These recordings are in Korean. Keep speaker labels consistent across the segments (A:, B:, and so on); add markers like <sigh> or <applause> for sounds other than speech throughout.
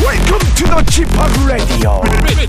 A: Welcome to the g p o p Radio.
B: ready, ready,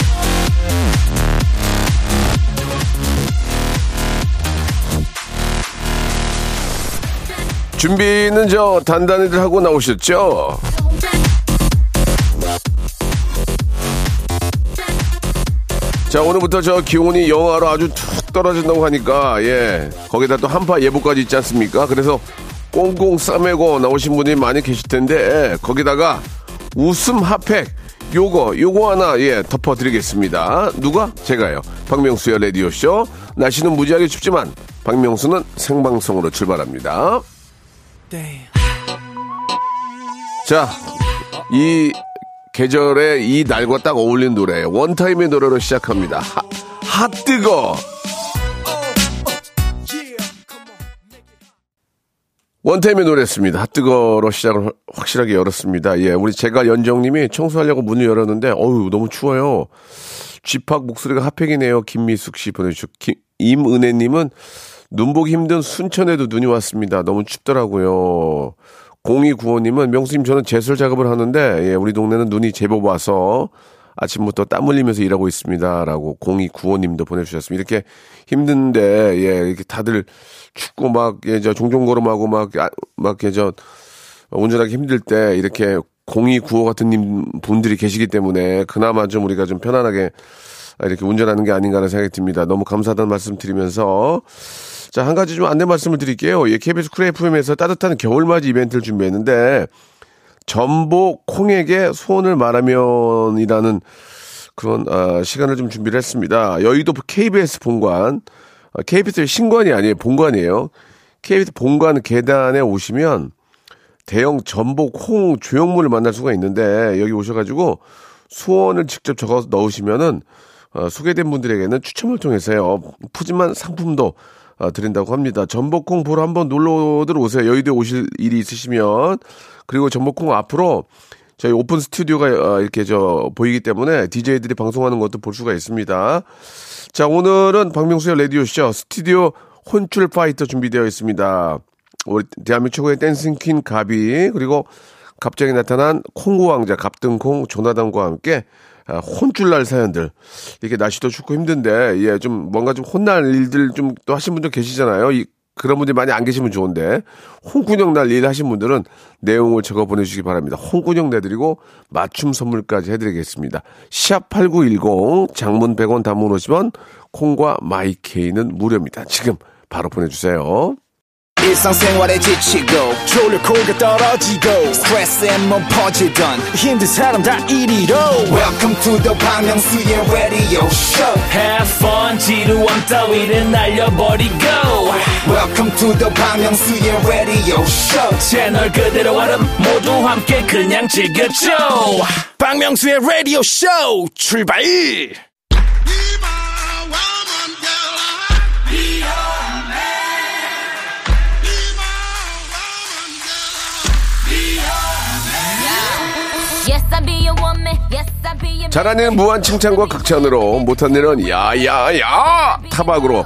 A: 준비는 저 단단히들 하고 나오셨죠? 자 오늘부터 저 기온이 영하로 아주 툭 떨어진다고 하니까 예 거기다 또 한파 예보까지 있지 않습니까? 그래서 꽁꽁 싸매고 나오신 분이 많이 계실 텐데 예, 거기다가 웃음 핫팩 요거 요거 하나 예 덮어드리겠습니다. 누가 제가요. 박명수의 라디오 쇼 날씨는 무지하게 춥지만 박명수는 생방송으로 출발합니다. 자, 이 계절에 이 날과 딱 어울린 노래 원타임의 노래로 시작합니다. 하, 핫 뜨거. 원타임의 노래였습니다. 핫 뜨거로 시작을 확실하게 열었습니다. 예, 우리 제가 연정님이 청소하려고 문을 열었는데 어우 너무 추워요. 쥐팍 목소리가 핫팩이네요. 김미숙 씨 보내주셨. 김- 임은혜님은 눈 보기 힘든 순천에도 눈이 왔습니다. 너무 춥더라고요. 0295님은 명수님 저는 제설 작업을 하는데 예, 우리 동네는 눈이 제법 와서 아침부터 땀 흘리면서 일하고 있습니다라고 0295님도 보내주셨습니다. 이렇게 힘든데 예 이렇게 다들 춥고 막 예 저 종종 걸음하고 아, 막막예저 운전하기 힘들 때 이렇게 0295 같은 님 분들이 계시기 때문에 그나마 좀 우리가 좀 편안하게 이렇게 운전하는 게 아닌가라는 생각이 듭니다. 너무 감사하다는 말씀 드리면서 자, 한 가지 좀 안내 말씀을 드릴게요. 예, KBS 쿨 FM에서 따뜻한 겨울맞이 이벤트를 준비했는데 전보 콩에게 소원을 말하면이라는 그런 아, 시간을 좀 준비를 했습니다. 여의도 KBS 본관, 아, KBS 신관이 아니에요, 본관이에요. KBS 본관 계단에 오시면 대형 전복 홍 조형물을 만날 수가 있는데 여기 오셔가지고 수원을 직접 적어서 넣으시면은 어, 소개된 분들에게는 추첨을 통해서요 푸짐한 상품도 어, 드린다고 합니다. 전복콩 보러 한번 놀러들 오세요. 여의도에 오실 일이 있으시면 그리고 전복콩 앞으로 저희 오픈 스튜디오가 어, 이렇게 저 보이기 때문에 DJ들이 방송하는 것도 볼 수가 있습니다. 자, 오늘은 박명수의 라디오쇼 스튜디오 혼출 파이터 준비되어 있습니다. 우리 대한민국 최고의 댄싱 퀸 가비, 그리고 갑자기 나타난 콩고 왕자 갑등콩 조나단과 함께 아, 혼쭐날 사연들. 이렇게 날씨도 춥고 힘든데, 예, 좀 뭔가 좀 혼날 일들 좀 또 하신 분들 계시잖아요. 이, 그런 분들이 많이 안 계시면 좋은데, 홍군형 날 일 하신 분들은 내용을 적어 보내주시기 바랍니다. 홍군형 내드리고 맞춤 선물까지 해드리겠습니다. 샵8910 장문 100원 단문 50원, 콩과 마이케이는 무료입니다. 지금 바로 보내주세요.
C: 일상생활에 지치고, 졸려 코가 떨어지고, 스트레스에 몸 퍼지던, 힘든 사람 다 이리로. welcome to the Bang Myung-soo's radio show
D: Have fun 지루함 따위를 날려버리고
C: welcome to the Bang Myung-soo's radio show
D: 채널 그대로 얼음 모두 함께 그냥 즐겨줘
E: 박명수의 라디오 쇼 출발!
F: Yes, I be a woman. Yes, I be a man.
A: 잘하는 무한 칭찬과 극찬으로 못한 일은 야야야 타박으로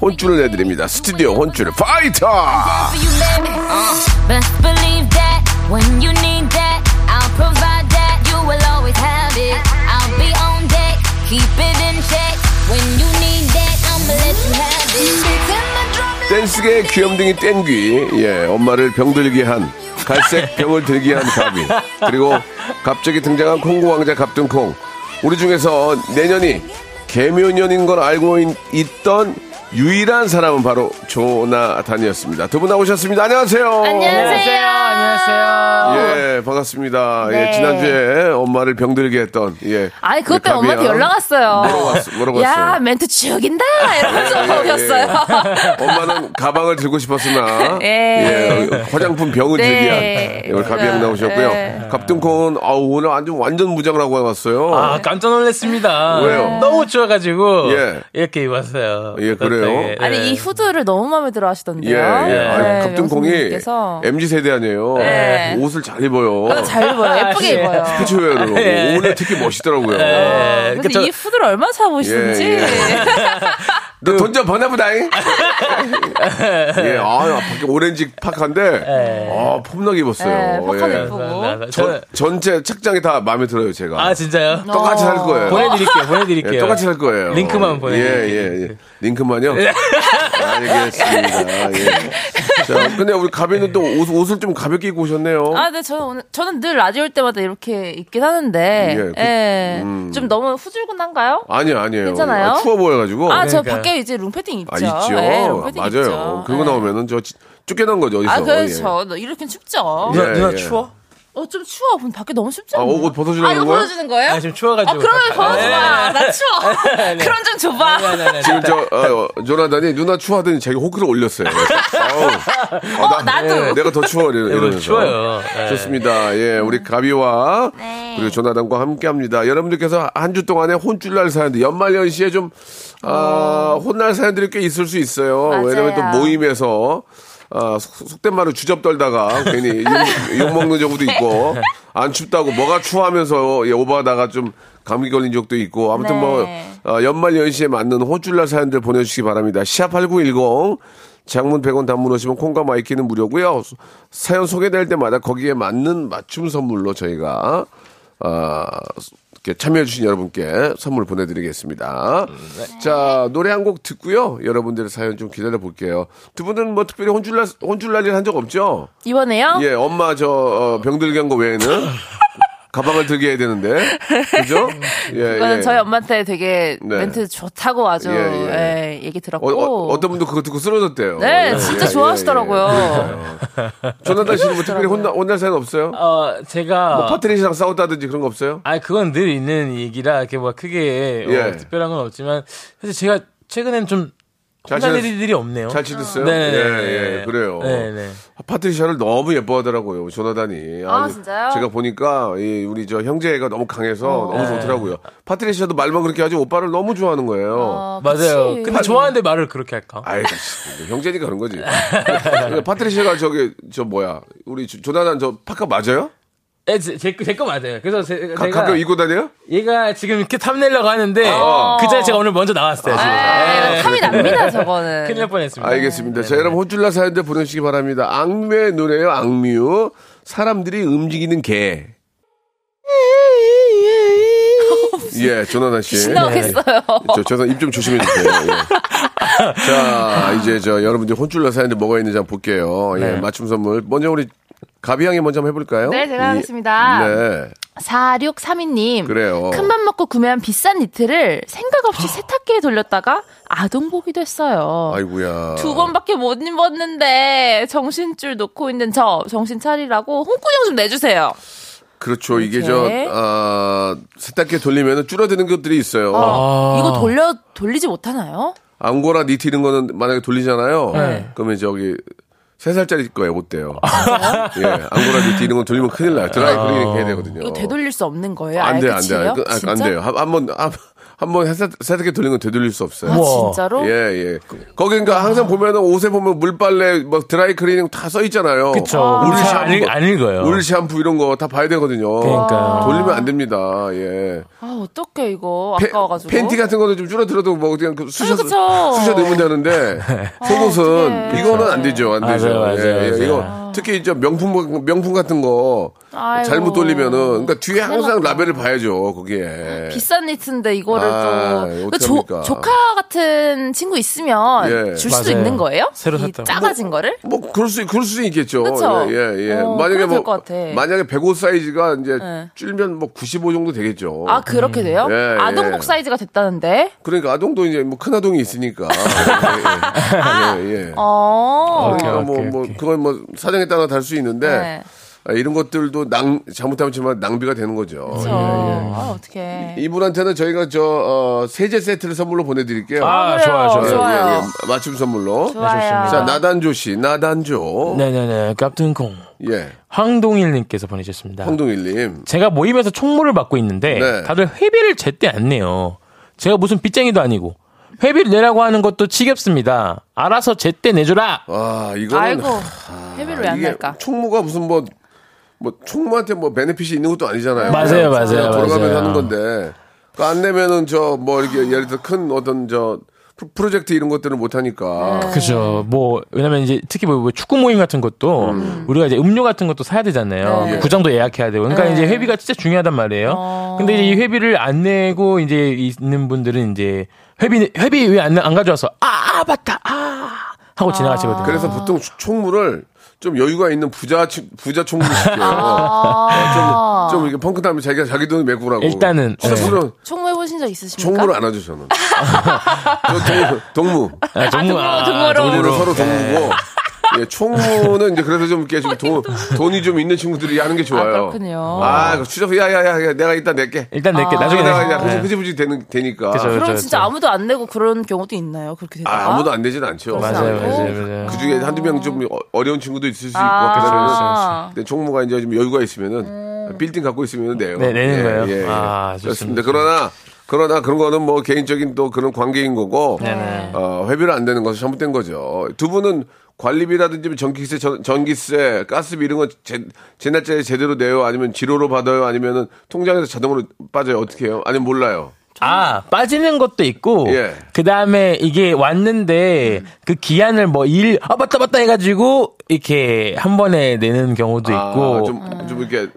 A: 혼쭐을 내드립니다. 스튜디오 혼쭐 파이터!
F: For you, baby. Uh, best believe that when you need that, I'll provide that. You will always have it. I'll be on deck. Keep it in check. When you need that, I'ma let you have it. It's in my drum line.
A: 댄스계 귀염둥이 땡귀, 예, 엄마를 병들게 한, 갈색 병을 들게 한 가비, 그리고 갑자기 등장한 콩고 왕자 갑등콩. 우리 중에서 내년이 개묘년인 걸 알고 있, 있던 유일한 사람은 바로 조나단이었습니다. 두 분 나오셨습니다. 안녕하세요.
F: 안녕하세요. 안녕하세요.
A: 예, 반갑습니다.
G: 네.
A: 예, 지난주에 엄마를 병들게 했던, 예.
G: 아이 그것
A: 우리
G: 때문에 엄마한테
A: 가비야.
G: 연락 왔어요.
A: 뭐라고 왔어? 뭐라고
G: 야
A: 왔어요?
G: 멘트 죽인다
A: <laughs>
G: 이러면서
A: 예, 예,
G: 보였어요.
A: 엄마는 가방을 들고 싶었으나
G: 예.
A: 예, 화장품 병은
G: 네.
A: 들기한 예, 오늘 가비양 나오셨고요.
G: 예.
A: 갑등콩은 아 오늘 완전 완전 무장을 하고 왔어요.
D: 아 깜짝 놀랐습니다
A: 네. 왜요?
D: 너무 추워가지고
A: 예.
D: 이렇게 입었어요
A: 예, 그래요. 그래요?
D: 예.
G: 아니 이 후드를 너무 마음에 들어 하시던데요.
A: 예, 예. 아유,
G: 네,
A: 갑등콩이
G: 명수님께서.
A: MZ 세대 아니에요.
G: 네.
A: 옷을 잘 입어요.
G: 아, 잘 입어요. 예쁘게
D: 예.
A: <laughs>
G: 입어요.
A: 스포츠웨어로.
D: 예.
A: 오늘 특히 멋있더라고요.
D: 예.
G: 근데
D: 그러니까 저-
G: 이 후드를 얼마 나 사보시는지.
A: 예, 너 돈좀 버나보다잉?
D: 네.
A: 예, 아, 밖에 오렌지 파카인데, 아, 폼나게 입었어요.
G: 네, 팝콘
A: 예.
G: 예쁘고.
D: 저는-
A: 전, 전체 착장이 다 마음에 들어요, 제가.
D: 아 진짜요? 아,
A: 똑같이 살
G: 뭐?
A: 거예요.
D: 보내드릴게요.
A: 예,
D: 보내드릴게요.
A: 똑같이 살 거예요.
D: 링크만 보내드릴게요.
A: 예, 예, 예. 링크만요? 알겠습니다. 예. 자, 근데 우리 가비는 또 옷, 옷을 좀 가볍게 입고 오셨네요.
G: <laughs> 아, 네, 저는 오늘, 저는 늘 라디오 올 때마다 이렇게 입긴 하는데,
A: 예,
G: 예.
A: 그-
G: 좀 너무 후줄근한가요?
A: 아니요 아니에요.
G: 괜찮아요?
A: 아, 추워 보여가지고.
G: 아, 저
D: 그러니까요.
G: 밖에 이제 롱패딩 입죠.
A: 아, 있죠.
G: 예, 롱패딩
A: 맞아요.
G: 입죠.
A: 그거
G: 예.
A: 나오면은 저 지- 쫓겨난 거죠, 어디서.
G: 아,
A: 예.
G: 그렇죠. 이렇게 춥죠.
A: 예,
D: 누나, 누나
A: 예.
D: 추워?
G: 어, 좀 추워. 근데 밖에 너무 춥지
A: 아,
G: 않나요?
A: 옷 벗어주려는
G: 아, 이거
A: 거야?
G: 벗어주는 거예요?
D: 아, 지금 추워가지고.
G: 아, 그러면 벗어줘봐.
A: 네. <laughs>
G: 나 추워.
D: 아니.
G: 그럼 좀 줘봐.
D: 아니, 아니, 아니.
A: 지금 저, 어, 어, 조나단이 누나 추워하더니 자기 호크를 올렸어요. 그래서, 어우, 아,
G: 어, 나도.
A: 내가 더 추워. 이러-
D: 이거
A: 이러면서.
D: 추워요. 예.
A: 좋습니다. 예, 우리 가비와 그리고 조나단과 함께 합니다. 여러분들께서 한 주 동안에 혼쭐날 사연들, 연말연시에 좀, 아, 혼날 사연들이 꽤 있을 수 있어요.
G: 어. 맞아요.
A: 왜냐면 또 모임에서, 아, 속- 속된 말로 주접 떨다가 괜히
G: <laughs>
A: 욕, 먹는 경우도 있고, 안 춥다고 뭐가 추워 하면서 예, 오버하다가 좀 감기 걸린 적도 있고, 아무튼
G: 네.
A: 뭐, 어, 연말 연시에 맞는 혼쭐날 사연들 보내주시기 바랍니다. 샵8910 장문 100원 단문 오시면 콩과 마이키는 무료고요. 소- 사연 소개될 때마다 거기에 맞는 맞춤 선물로 저희가 아, 이렇게 참여해주신 여러분께 선물 보내드리겠습니다.
G: 네.
A: 자 노래 한 곡 듣고요. 여러분들의 사연 좀 기다려 볼게요. 두 분은 뭐 특별히 혼쭐날 혼쭐날 일 한 적 없죠?
G: 이번에요?
A: 예, 엄마 저 어, 병들게 한 거
G: <laughs>
A: 외에는 가방을 들게 해야 되는데 그죠? 예,
G: 이거는
A: 예.
G: 저희 엄마한테 되게
A: 네.
G: 멘트 좋다고 아주
A: 예, 예.
G: 예, 얘기
A: 어,
G: 들었고.
A: 어, 어떤 분도 그거 듣고 쓰러졌대요. 예,
G: 네, 진짜 좋아하시더라고요.
A: <laughs> 조나단 씨는 뭐 특별히 혼나, 혼날 사연 없어요?
G: 아.
D: 어, 제가.
A: 파트리시랑 싸웠다든지 그런 거 없어요?
D: 아, 그건 늘 있는 얘기라, 이렇게 뭐 크게 어,
A: 예.
D: 특별한 건 없지만, 사실 제가 최근엔 좀
A: 잘
D: 혼날
A: 지냈-
D: 일들이 없네요.
A: 잘 지냈어요?
D: 네, 네,
A: 예,
D: 네.
A: 예, 그래요.
D: 네, 네.
A: 파트리샤를 너무 예뻐하더라고요, 조나단이.
G: 아,
A: 아주
G: 진짜요? 어.
A: 제가 보니까, 이 우리 저 형제가 너무 강해서 너무 좋더라고요. 파트리샤도 말만 그렇게 하지 오빠를 너무 좋아하는 거예요.
G: 네. 어,
D: 맞아요.
G: 그치.
D: 근데 좋아하는데 말을 그렇게 할까?
A: 아이, 씨, 형제니까 그런 거지. 파트리샤가 저기, 저 뭐야. 우리 조- 조나단 저 파카 맞아요?
D: 예, 제, 제, 거- 제거 맞아요. 그래서 제,
A: 가,
D: 가
A: 가끔 입고 다녀요?
D: 얘가 지금 이렇게 탐내려고 하는데,
A: 어.
D: 그 자리에 제가 오늘 먼저 나왔어요. 지금. 예.
G: 아, 네. 탐이 납니다, 저거는.
D: 큰일 날 뻔했습니다.
A: 알겠습니다. 자, 여러분 혼쭐나 사연들 보내주시기 바랍니다. 악뮤의 노래요, 악뮤. 사람들이 움직이는 개. 예, 조나단 씨. 네.
G: 신나겠어요.
A: 저, 저선 입좀 조심해 주세요.
G: <laughs>
A: 예. 자, 이제 저 여러분들 혼쭐나 사연들 뭐가 있는지 한번 볼게요. 예, 맞춤 선물. 먼저 우리 가비양이 먼저 한번 해볼까요?
G: 네, 제가
A: 이-
G: 하겠습니다.
A: 네,
G: 4632님.
A: 그래요.
G: 큰맘 먹고 구매한 비싼 니트를 생각 없이 세탁기에 돌렸다가 아동복이 됐어요.
A: 아이고야.
G: 두 번밖에 못 입었는데 정신줄 놓고 있는 저 정신 차리라고 홍구형 좀 내주세요.
A: 그렇죠. 이게
G: 이제.
A: 저, 아, 세탁기에 돌리면 줄어드는 것들이 있어요.
D: 아.
G: 이거 돌려 돌리지 못하나요? 네.
A: 앙고라 니트 이런 거는 만약에 돌리잖아요.
D: 네.
A: 그러면 저기 세 살짜리 거예요 옷대요. 예, 앙고라 니트 이런 거 돌리면 큰일 나요. 드라이
D: 아.
A: 클리닝 해야 되거든요.
G: 아, 이거 되돌릴 수 없는 거예요?
A: 안
G: 아예
A: 돼, 안 돼,
G: 끝이에요?
A: 안 돼, 안
G: 진짜?
A: 돼요. 한번 한번 세탁기 돌리는 건 되돌릴 수 없어요.
G: 아,
D: 우와.
G: 진짜로?
A: 예, 예. 거기 그러니까 항상 보면은 옷에 보면 물빨래, 뭐 드라이 클리닝 다 써 있잖아요.
D: 그쵸.
A: 울
D: 잘
A: 샴푸,
D: 안 읽- 안 읽어요.
A: 울 샴푸 이런 거 다 봐야 되거든요.
D: 그러니까요.
A: 돌리면 안 됩니다. 예.
G: 아 어떡해 이거
A: 페-
G: 아까워가지고
A: 팬티 같은 거는 좀 줄어들어도 뭐 그냥 그 수셔
G: 아니, 그쵸. 아,
A: 수셔 넣으면 되는데 속옷은
G: 어떡해.
A: 이거는 안 되죠 안
D: 맞아요,
A: 되죠 예,
D: 맞아요, 맞아요.
A: 이거 특히 이제 명품 명품 같은 거
G: 아이고.
A: 잘못 돌리면은 그러니까 뒤에 항상
G: 났다.
A: 라벨을 봐야죠 거기에
G: 비싼 니트인데 이거를
A: 아,
G: 또 그 조,
A: 어떡합니까?
G: 조카 같은 친구 있으면
A: 예.
G: 줄 수도
D: 맞아요.
G: 있는 거예요?
D: 새로
G: 이
D: 샀다고.
G: 작아진 거를?
A: 뭐 그럴 수 그럴 수 있겠죠
G: 그쵸?
A: 예예 예, 예.
G: 어,
A: 만약에
G: 그래도
A: 뭐
G: 될것 같아.
A: 만약에 105 사이즈가 이제
G: 네.
A: 줄면 뭐 95 정도 되겠죠
G: 아 그렇게 돼요?
A: 예, 예.
G: 아동복 사이즈가 됐다는데?
A: 그러니까 아동도 이제 뭐 큰 아동이
G: <laughs>
A: 있으니까 예, 예. 예, 예.
G: 어.
D: 오케이,
A: 그러니까 뭐,
D: 오케이,
A: 뭐,
D: 오케이.
A: 그건 뭐 사정에 따라 다를 수 있는데
G: 네.
A: 아, 이런 것들도 낭 잘못하면 정말 낭비가 되는 거죠.
D: 어, 예,
G: 저, 아,
A: 네,
B: 네.
G: 어떡해.
A: 이분한테는 저희가 저 어, 세제 세트를 선물로 보내드릴게요.
D: 아, 좋아요,
G: 그래요.
A: 예,
D: 좋아요.
G: 좋아요.
A: 예, 예. 맞춤 선물로.
G: 좋아요.
A: 자 나단조 씨, 나단조.
D: 네네네. 깝등콩.
A: 예,
D: 황동일님께서 보내주셨습니다.
A: 황동일님.
D: 제가 모임에서 총무를 맡고 있는데
A: 네.
D: 다들 회비를 제때 안 내요. 제가 무슨 빚쟁이도 아니고 회비를 내라고 하는 것도 지겹습니다. 알아서 제때 내주라.
B: 아, 이거는
G: 아이고 회비를 왜 안
B: 이게
G: 낼까?
B: 총무가 무슨 뭐, 뭐 총무한테 뭐 베네핏이 있는 것도 아니잖아요.
D: 맞아요, 맞아요,
B: 그냥 돌아가면서
D: 맞아요.
B: 하는 건데. 그러니까 안 내면은 저 뭐 이렇게 예를 들어 큰 어떤 저 프로- 프로젝트 이런 것들을 못 하니까.
D: 그죠. 뭐 왜냐면 이제 특히 뭐 축구 모임 같은 것도 우리가 이제 음료 같은 것도 사야 되잖아요. 그
B: 네.
D: 구장도 예약해야 되고. 그러니까
G: 네.
D: 이제 회비가 진짜 중요하단 말이에요.
G: 어.
D: 근데 이제 이 회비를 안 내고 이제 있는 분들은 이제 회비 회비 왜 안 안 가져와서 아, 아 맞다. 아 하고 지나가시거든요.
G: 아.
B: 그래서 보통 총무를 좀 여유가 있는 부자 치- 부자 총무 시켜요.
G: 아.
B: 어, 좀, 좀 이렇게 펑크나면 자기가 자기 돈 메꾸라고.
D: 일단은,
B: 진짜
D: 네.
B: 저는
G: 총무 해보신 적 있으십니까?
B: 총무를 안 하죠
G: <laughs>
B: 저는. 저 동무, 동무.
D: 아, 정모, 아,
G: 등으로, 등으로.
B: 우리는 서로 동무고. 예, 총무는 이제 그래서 좀 이렇게 좀
G: <laughs>
B: 돈, 돈이 좀 있는 친구들이 하는 게 좋아요.
G: 아, 그렇군요.
B: 아, 그 추적, 야, 야, 야, 야, 내가 이따 낼게.
D: 일단 낼게. 나중에
B: 내가
D: 내가.
B: 그냥 흐지- 흐지부지 되는, 되니까.
D: 예. 네. 그죠.
G: 그럼
D: 저,
G: 진짜
D: 저.
G: 아무도 안 내고 그런 경우도 있나요? 그렇게 되다
B: 아, 아무도 안 되진 않죠.
D: 맞아요,
G: 않고.
D: 맞아요, 맞아요. 그렇죠,
B: 그 중에 한두 명 좀 어려운 친구도 있을 수 있고.
G: 아.
B: 그래서 근데 총무가 이제 좀 여유가 있으면은
G: 음.
B: 빌딩 갖고 있으면 돼요.
D: 네, 내는 거예요? 아,
B: 그렇습니다.
D: 좋습니다.
B: 그러나 그러나 그런 거는 뭐 개인적인 또 그런 관계인 거고
D: 네.
B: 어, 회비를 안 내는 것은 잘못된 거죠. 두 분은 관리비라든지 뭐 전기세, 전, 전기세, 가스비 이런 거제 날짜에 제대로 내요? 아니면 지로로 받아요? 아니면은 통장에서 자동으로 빠져요? 어떻게 해요? 아니면 몰라요?
D: 아, 빠지는 것도 있고,
B: 예.
D: 그 다음에 이게 왔는데, 그 기한을 뭐 일, 아, 맞다, 맞다 해가지고, 이렇게 한 번에 내는 경우도
B: 아,
D: 있고, 예,
B: 좀, 좀 이렇게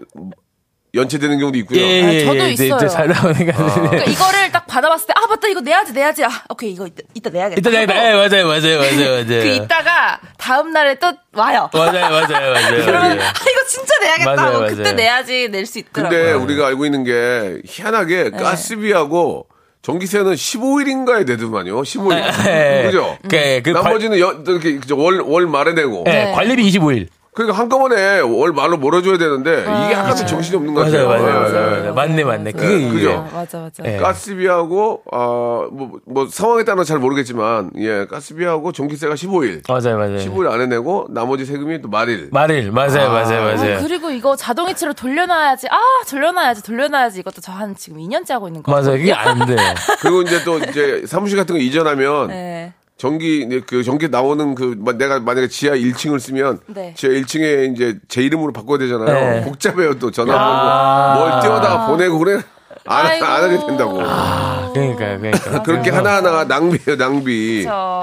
B: 연체되는 경우도 있고요.
G: 아, 저도
D: 이제,
G: 있어요.
D: 이제 살다 보니까. <laughs>
G: 그러니까 이거를 딱 받아봤을 때, 아, 맞다, 이거 내야지, 내야지. 아, 오케이, 이거 이따, 이따 내야겠다.
D: 일단, 일단, 예, 맞아요, 맞아요, 맞아요, 맞아요.
G: <laughs> 그 이따가 다음날에 또 와요.
D: 맞아요, 맞아요, 맞아요.
G: 그러면,
D: 예.
G: 아, 이거 진짜 내야겠다.
D: 맞아요,
G: 하고
D: 맞아요.
G: 그때 내야지 낼 수 있더라고요.
B: 근데 우리가 알고 있는 게 희한하게 가스비하고 전기세는 15일인가에 내더만요. 15일.
D: 예.
B: 음, 그죠?
D: 그, 그,
B: 나머지는 연- 이렇게 월, 월 말에 내고.
D: 관, 예,
G: 네.
D: 관리비 25일.
B: 그러니까 한꺼번에 월 말로 몰아줘야 되는데 이게 약간 정신이 없는 것 같아요.
D: 맞아요, 네, 맞아요,
B: 예,
D: 맞아요.
B: 예.
D: 맞아요. 맞네, 맞네. 그게,
B: 예, 그죠?
D: 이게.
G: 아, 맞아, 맞아.
D: 예.
B: 가스비하고 아뭐뭐 상황에 따라 잘 모르겠지만 예 가스비하고 전기세가 15일
D: 맞아요, 맞아요.
B: 15일 안에 내고 나머지 세금이 또 말일
D: 말일, 맞아요, 맞아요,
G: 아,
D: 맞아요.
G: 그리고 이거 자동이체로 돌려놔야지. 아, 돌려놔야지, 돌려놔야지. 이것도 저 한 지금 2년째 하고 있는 거.
D: 맞아요, 그게 안 돼.
B: 그리고 이제 또 이제 사무실 같은 거 이전하면
G: 네.
B: 전기 이제 그 전기 나오는 그 마- 내가 만약에 지하 1층을 쓰면
G: 네.
B: 지하 1층에 이제 제 이름으로 바꿔야 되잖아요
D: 네.
B: 복잡해요 또 전화번호
D: 아.
B: 뭘 띄워다가 보내고 그래 안,
G: 아이고.
B: 안 하게 된다고
G: 아,
D: 아, 그러니까요, 그러니까요.
B: 그렇게 하나하나가 낭비예요 낭비
G: 저,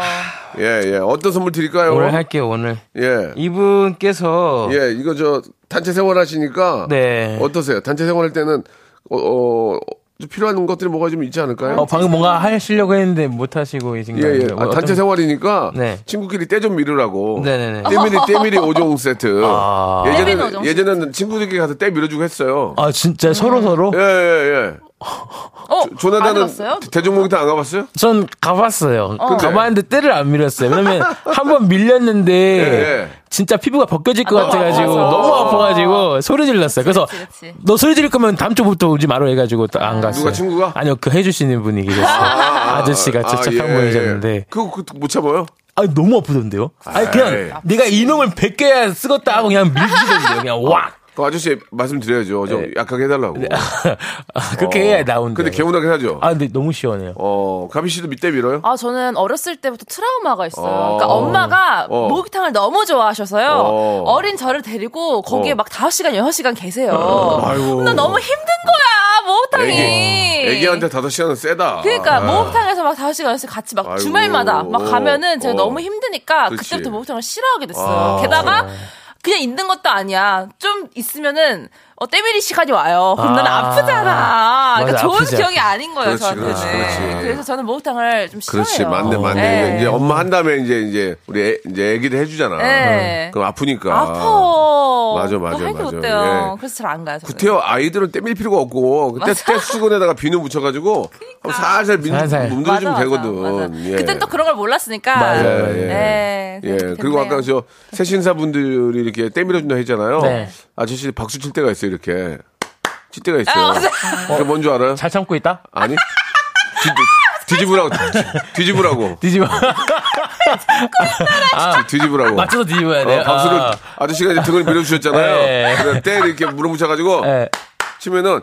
B: 예예 어떤 선물 드릴까요
D: 오늘 할게요, 오늘.
B: 예
D: 이분께서
B: 예, 이거 저 단체 생활 하시니까
D: 네.
B: 어떠세요? 단체 생활할 때는 어, 어, 좀 필요한 것들이 뭐가 좀 있지 않을까요?
D: 어, 방금 뭔가 하시려고 했는데 못 하시고 지금
B: 예, 예. 아, 단체 생활이니까
D: 네.
B: 친구끼리 때 좀 미루라고.
D: 네네네.
B: 때밀이 때밀이 5종 세트.
D: 아.
G: 때밀이
B: 예전에는
G: 오종
B: 예전에는 친구들끼리 가서 때 밀어주고 했어요.
D: 아 진짜 서로 서로
B: 예, 예, 예.
G: 어, 안
B: 조나단은
G: 해봤어요?
B: 대종목이탕 안 가봤어요?
D: 전 가봤어요.
B: 근데-
D: 가봤는데 때를 안 밀었어요. 왜냐면 한 번 밀렸는데
B: 예.
D: 진짜 피부가 벗겨질 것
G: 아, 너무
D: 같아가지고
G: 아파서.
D: 너무 아파가지고 소리 질렀어요. 그래서
G: 그치, 그치.
D: 너 소리 지를 거면 다음 주부터 오지 마라 해가지고 또안 갔어요.
B: 누가 친구가?
D: 아니요 그 해주시는 분이 계셨어요. 아, 저씨가
B: 예.
D: 착착한 분이셨는데
B: 그거 그거 못 참아요?
D: 아니 너무 아프던데요? 아니 그냥
B: 아이.
D: 내가 이놈을 벗겨야 쓰겄다 하고 그냥 밀주던데요. 그냥 왁
B: 그 아저씨 말씀드려야죠. 좀
D: 예.
B: 약하게 해달라고.
D: <laughs> 아, 그렇게 해야 나온다.
B: 근데 개운하게 하죠.
D: 아, 근데 너무 시원해요.
B: 어, 가비 씨도 밑대 밀어요?
G: 아, 저는 어렸을 때부터 트라우마가 있어요. 그러니까
B: 어.
G: 엄마가
B: 어.
G: 목욕탕을 너무 좋아하셔서요.
B: 어.
G: 어. 린 저를 데리고 거기에
B: 어.
G: 막 5시간, 6시간 계세요.
B: 아이고.
G: 나 너무 힘든 거야, 목욕탕이.
B: 애기, 애기한테 다섯 시간은 세다.
G: 그러니까 목욕탕에서 막 5시간, 6시간 같이 막
B: 아, 네. 아이고.
G: 주말마다 막 가면은 제가
B: 어.
G: 너무 힘드니까
B: 그치.
G: 그때부터 목욕탕을 싫어하게 됐어요.
B: 아.
G: 게다가 그냥 있는 것도 아니야. 좀 있으면은 어, 때밀이 시간이 와요. 그럼 난
D: 아.
G: 아프잖아. 그러니까
D: 맞아,
G: 좋은
D: 아프지,
G: 기억이 아닌 거예요,
B: 그렇지,
G: 저한테는.
B: 그렇지, 그렇지.
G: 래서 저는 목욕탕을 좀 싫어해요.
B: 그렇지, 맞네, 맞네.
G: 네.
B: 이제 엄마 한 다음에 이제, 이제, 우리 애, 이제 애기를 해주잖아.
G: 네.
B: 그럼 아프니까.
G: 아파.
B: 맞아, 맞아,
G: 할게
B: 맞아.
G: 어때요?
B: 예.
G: 그래서 잘 안 가요. 저는.
B: 구태여 아이들은 때밀 필요가 없고, 그때, 때 수건에다가 비누 묻혀가지고, 한번 살살 민,
D: 살살.
B: 몸들어주면
G: 그러니까. 맞아, 맞아,
B: 되거든.
G: 맞아.
B: 예.
G: 그땐 또 그런 걸 몰랐으니까.
D: 맞아요,
B: 예, 예.
G: 네,
B: 예,
G: 그렇게
B: 그리고
G: 됐네요.
B: 아까 저, 새신사분들이 이렇게 때밀어준다 했잖아요.
D: 네.
B: 아저씨 박수 칠 때가 있어요, 이렇게. 칠 때가
G: 아,
B: 있어요.
G: 맞아.
B: 그게 뭔줄 알아요?
D: 잘 참고 있다?
B: 아니? 뒤, 집으라고
D: <laughs>
B: 뒤집으라고.
D: 뒤집어.
B: 뒤집으라고.
D: 맞춰서 뒤집어야 돼요.
B: 어, 박수를
D: 네, 아. <laughs>
B: 아저씨가 이제 등을 밀어주셨잖아요.
D: 예.
B: 그때 이렇게 물어붙여가지고
D: 예.
B: 치면은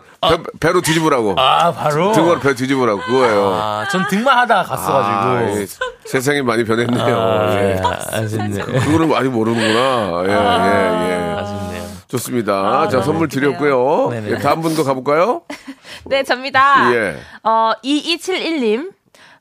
B: 배, 로 뒤집으라고.
D: 아 바로.
B: 등으로 배 뒤집으라고 그거예요. 아,
D: 아전 등만 하다가 갔어가지고.
B: 예. 세상이 많이 변했네요.
D: 아,
B: 예.
D: 아쉽네. 아.
B: 그거를 아직 모르는구나. 예, 예, 예.
D: 아쉽네요.
B: 좋습니다.
G: 아,
B: 자,
G: 너무
B: 선물
G: 웃기네요.
B: 드렸고요.
D: 네네.
B: 예, 다음 분도 가볼까요?
G: 네, 접니다.
B: 예.
G: 어, 2271님.